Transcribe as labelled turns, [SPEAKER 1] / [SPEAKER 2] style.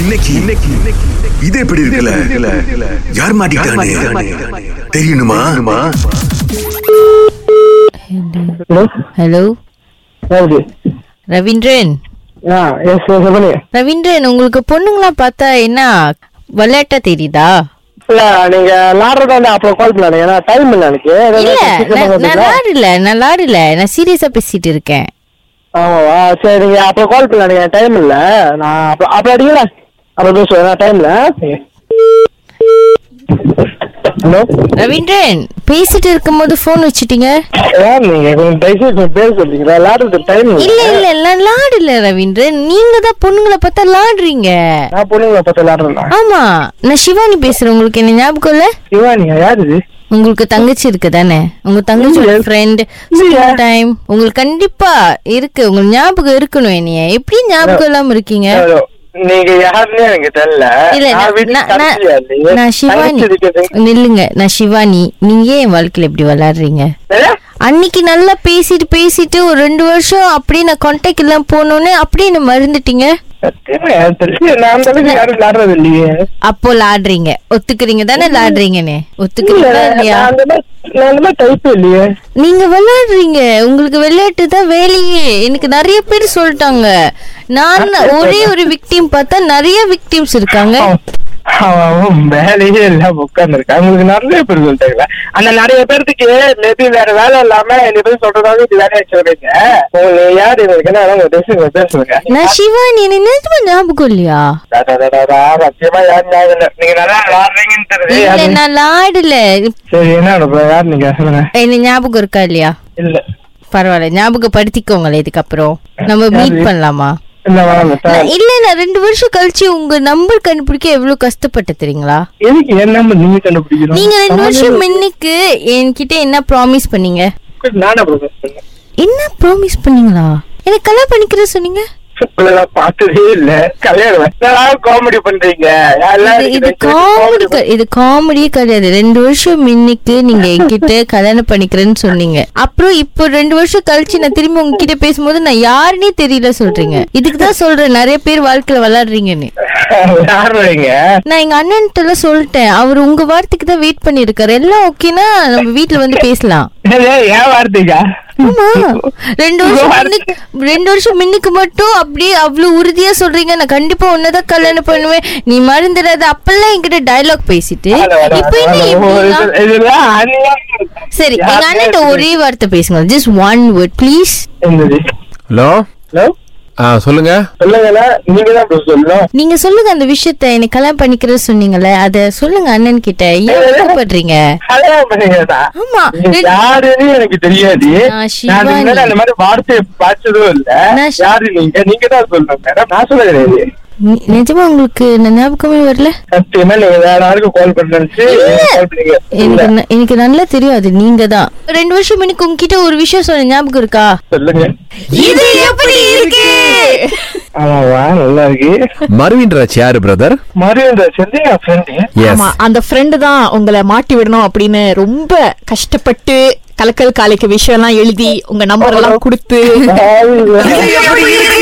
[SPEAKER 1] இன்னைக்கு இன்னைக்கு இது எப்படி இருக்குல்ல யார் மாட்டிக்கிட்டானே தெரியணுமா
[SPEAKER 2] ஹலோ
[SPEAKER 3] ஹலோ
[SPEAKER 2] யாரு
[SPEAKER 3] ரவீந்திரன்
[SPEAKER 2] ஆ எஸ் சொல்லுங்க
[SPEAKER 3] ரவீந்திரன் உங்களுக்கு பொண்ணுங்களா பார்த்தா என்ன விளையாட்டா தெரியுதா
[SPEAKER 2] இல்ல நீங்க விளாடுறதா இருந்தா அப்புறம் கால் பண்ணலாம் ஏன்னா டைம் இல்ல எனக்கு
[SPEAKER 3] இல்ல நான் நான்
[SPEAKER 2] ஏதாவது
[SPEAKER 3] லாடல நான் லாடல நான் சீரியஸா பேசிட்டு இருக்கேன்
[SPEAKER 2] ஆமாவா சரி நீங்க அப்புறம் கால் பண்ணலாம் எனக்கு டைம் இல்ல நான் அப்புறம் அப்புறம் அடிக்கல அப்புறம் பேசுவோம் ஏன்னா டைம் இல்ல ஹலோ
[SPEAKER 3] ரவீந்திரன் பேசிட்டு இருக்கும்போது போன் வச்சிட்டீங்க
[SPEAKER 2] ஏன் நீங்க கொஞ்சம் தயவுசெய்து கொஞ்சம் பேர் சொல்றீங்களா விளாடுறது டைம்
[SPEAKER 3] இல்ல
[SPEAKER 2] இல்ல
[SPEAKER 3] இல்ல நான் லாடல ரவீந்திரன் நீங்க தான் பொண்ணுங்களை பார்த்தா லாடுறீங்க
[SPEAKER 2] நான் பொண்ணுங்களை பார்த்து விளாடுறேன்
[SPEAKER 3] ஆமா நான் சிவானி பேசுறேன் உங்களுக்கு என்ன ஞாபகம் இல்ல
[SPEAKER 2] சிவானியா யாரு இது
[SPEAKER 3] உங்களுக்கு தங்கச்சி இருக்கு தானே உங்க தங்கச்சியோட
[SPEAKER 2] இல்லையே.
[SPEAKER 3] ஃப்ரெண்ட்
[SPEAKER 2] இல்லையே.
[SPEAKER 3] டைம் உங்களுக்கு கண்டிப்பா இருக்கு உங்களுக்கு ஞாபகம் இருக்கணும் என்னைய எப்படி ஞாபகம் இல்லாம இருக்கீங்க
[SPEAKER 2] ஹலோ. நீங்க யாருன்னு எனக்கு தெரியல
[SPEAKER 3] இல்ல
[SPEAKER 2] நான்
[SPEAKER 3] நான்-
[SPEAKER 2] வீட்டுல
[SPEAKER 3] நான்-
[SPEAKER 2] தங்கச்சியா
[SPEAKER 3] நான்-
[SPEAKER 2] இல்லையே.
[SPEAKER 3] நான் சிவானி
[SPEAKER 2] தங்கச்சி இருக்குது.
[SPEAKER 3] நில்லுங்க நான் சிவானி நீங்க ஏன் என் வாழ்க்கையில இப்படி விளாடுறீங்க
[SPEAKER 2] ஏ?
[SPEAKER 3] அன்னைக்கு நல்லா பேசிட்டு பேசிட்டு ஒரு ரெண்டு வருஷம் அப்படியே நான் கான்டாக்ட் எல்லாம் போனோன்னே அப்படியே என்ன மறந்துட்டீங்க
[SPEAKER 2] சத்தியமா எனக்கு தெரியல. நான் அந்த அளவுக்கு யாரும் விளையாடுறது இல்லையே.
[SPEAKER 3] அப்போ விளாடுறீங்க ஒத்துக்கிறீங்க தானே விளாடுறீங்கன்னு
[SPEAKER 2] இல்ல,
[SPEAKER 3] ஒத்துக்கிறீங்களா இல்லையா
[SPEAKER 2] நான் அந்த மாதிரி- நான் அந்த மாதிரி type ஏ இல்லையே.
[SPEAKER 3] நீங்க விளையாடுறீங்க உங்களுக்கு விளையாட்டு தான் வேலையே எனக்கு நிறைய பேர் சொல்லிட்டாங்க நான் ஒரே ஒரு விக்டிம் பார்த்தா நிறைய விக்டிம்ஸ் இருக்காங்க
[SPEAKER 2] அவன் அவன் அவன் வேலையே இல்லாம உட்கார்ந்திருக்கான். உங்களுக்கு நிறைய பேர் சொல்லிட்டாங்களா? ஆனா நிறைய பேர்த்துக்கு maybe வேற வேலை இல்லாம என்னை போய் சொல்றதாவே இது வேலையா சொல்றீங்க. உங்களுக்கு யாரு இவங்களுக்கு என்ன வேணும் உங்க தயவு செஞ்சு பேச சொல்லுங்க.
[SPEAKER 3] நான் சிவானி எனக்கு நிஜமா ஞாபகம் இல்லையா
[SPEAKER 2] டா, டா, டா, டா, டா, சத்தியமா யாரும் ஞாபகம் இல்ல. நீங்க நல்லா விளையாடுறீங்கன்னு தெரியுது.
[SPEAKER 3] இல்ல
[SPEAKER 2] யாரு-
[SPEAKER 3] நான் லாடுல
[SPEAKER 2] சரி என்ன அனுப்புற? யாரு நீங்க சொல்லுங்க
[SPEAKER 3] என்ன ஞாபகம் இருக்கா இல்லையா
[SPEAKER 2] இல்ல
[SPEAKER 3] பரவாயில்ல ஞாபகப்படுத்திக்கோங்களேன் இதுக்கப்புறம் நம்ம மீட் பண்ணலாமா
[SPEAKER 2] இல்ல வேணாம் விட்டா.
[SPEAKER 3] நான் இல்ல நான் ரெண்டு வருஷம் கழிச்சு உங்க நம்பர் கண்டுபிடிக்க எவ்வளவு கஷ்டப்பட்டு தெரியுங்களா
[SPEAKER 2] எதுக்கு என் number நீங்க கண்டுபிடிக்கணும்?
[SPEAKER 3] நீங்க ரெண்டு வருஷம்
[SPEAKER 2] சமாதானம்
[SPEAKER 3] முன்னுக்கு என்கிட்ட என்ன ப்ராமிஸ் பண்ணீங்க
[SPEAKER 2] இருக்கு. நானே propose பண்ணேன்.
[SPEAKER 3] என்ன ப்ராமிஸ் பண்ணீங்களா எனக்கு கல்யாணம் பண்ணிக்கிற சொன்னீங்க
[SPEAKER 2] இப்படிலாம் பார்த்ததே இல்ல கல்யாணம் என்னடா காமெடி பண்றீங்க
[SPEAKER 3] இது- இது காமெடி க- இது காமெடியே கிடையாது ரெண்டு வருஷம் முன்னுக்கு நீங்க என்கிட்ட கல்யாணம் பண்ணிக்கிறேன்னு சொன்னீங்க அப்புறம் இப்போ ரெண்டு வருஷம் கழிச்சு நான் திரும்பி உங்ககிட்ட பேசும்போது நான் யாருன்னே தெரியல சொல்றீங்க இதுக்கு தான் சொல்றேன் நிறைய பேர் வாழ்க்கையில விளையாடுறீங்கன்னு
[SPEAKER 2] யாருங்க
[SPEAKER 3] நான் எங்க அண்ணன்ட்ட எல்லாம் சொல்லிட்டேன் அவர் உங்க வார்த்தைக்கு தான் வெயிட் பண்ணிருக்காரு எல்லாம் ஓகேனா நம்ம வீட்ல வந்து பேசலாம்
[SPEAKER 2] ஏன் வார்த்தைக்கா
[SPEAKER 3] ஆமா ரெண்டு வருஷம்
[SPEAKER 2] உங்க
[SPEAKER 3] முன்னுக்கு ரெண்டு வருஷம் முன்னுக்கு மட்டும் அப்படியே அவ்வளவு உறுதியா சொல்றீங்க நான் கண்டிப்பா உன்னதான் கல்யாணம் பண்ணுவேன் நீ மறந்துடாத அப்பெல்லாம் என்கிட்ட டயலாக் பேசிட்டு
[SPEAKER 2] அட, அட,
[SPEAKER 3] இப்ப
[SPEAKER 2] அட,
[SPEAKER 3] என்ன
[SPEAKER 2] அட, ஒரு
[SPEAKER 3] இப்படிலாம்?
[SPEAKER 2] இது- இதெல்லாம் அநியாயம் இருக்கு.
[SPEAKER 3] சரி எங்க
[SPEAKER 2] யாருமே
[SPEAKER 3] அண்ணன்
[SPEAKER 2] இருக்குது.
[SPEAKER 3] ஒரே வார்த்தை பேசுங்க ஜஸ்ட் ஒன் வேர்ட் ப்ளீஸ்
[SPEAKER 2] என்னது
[SPEAKER 4] ஹலோ
[SPEAKER 2] ஹலோ
[SPEAKER 4] ஆ சொல்லுங்க
[SPEAKER 2] சொல்லுங்கண்ணா நீங்க தான் இப்ப சொல்லணும்
[SPEAKER 3] நீங்க சொல்லுங்க அந்த விஷயத்த என்னை கல்யாணம் பண்ணிக்கிற சொன்னீங்கல்ல அத சொல்லுங்க அண்ணன் கிட்ட ஏன் வருத்தப்படுறீங்க
[SPEAKER 2] கல்யாணம் பண்ணீங்கடா
[SPEAKER 3] ஆமா
[SPEAKER 2] நீங்க
[SPEAKER 3] ரெண்டு-
[SPEAKER 2] யாருன்னு எனக்கு தெரியாது
[SPEAKER 3] நான்
[SPEAKER 2] நான்
[SPEAKER 3] சிவானி.
[SPEAKER 2] முன்னாடி அந்த மாதிரி வார்த்தையை பார்த்ததும் இல்ல
[SPEAKER 3] நான் சி-
[SPEAKER 2] யாரு நீங்க நீங்க தான் சொல்லணும் மேடம் நான் சொல்ல கிடையாது
[SPEAKER 3] நி- நிஜமா உங்களுக்கு நான் ஞாபகமே வரல
[SPEAKER 2] சத்தியமா நீங்க வேற ஆளுக்கு கால் பண்ணுச்சு கால் பண்ணீங்க
[SPEAKER 3] எனக்கு
[SPEAKER 2] இல்ல.
[SPEAKER 3] ந- எனக்கு நல்லா தெரியும் அது நீங்க தான் ரெண்டு வருஷம் முன்னுக்கு உங்ககிட்ட ஒரு விஷயம் சொன்ன ஞாபகம் இருக்கா
[SPEAKER 2] சொல்லுங்க
[SPEAKER 3] இது எப்படி இருக்கு
[SPEAKER 2] ஆமாவா நல்லா இருக்கு
[SPEAKER 4] மருவின் ராஜ் யாரு பிரதர்
[SPEAKER 2] மறுபடியும் செல்வி என் ஃப்ரெண்டு
[SPEAKER 5] ஆமா
[SPEAKER 4] எஸ்
[SPEAKER 5] அந்த ஃப்ரெண்டு தான் உங்களை மாட்டி விடணும் அப்படின்னு ரொம்ப கஷ்டப்பட்டு கலக்கல் காலைக்கு விஷயம் எல்லாம் எழுதி உங்க நம்பர் எல்லாம் கொடுத்து
[SPEAKER 2] ஆள் இல்ல.
[SPEAKER 1] எப்படி இருக்கு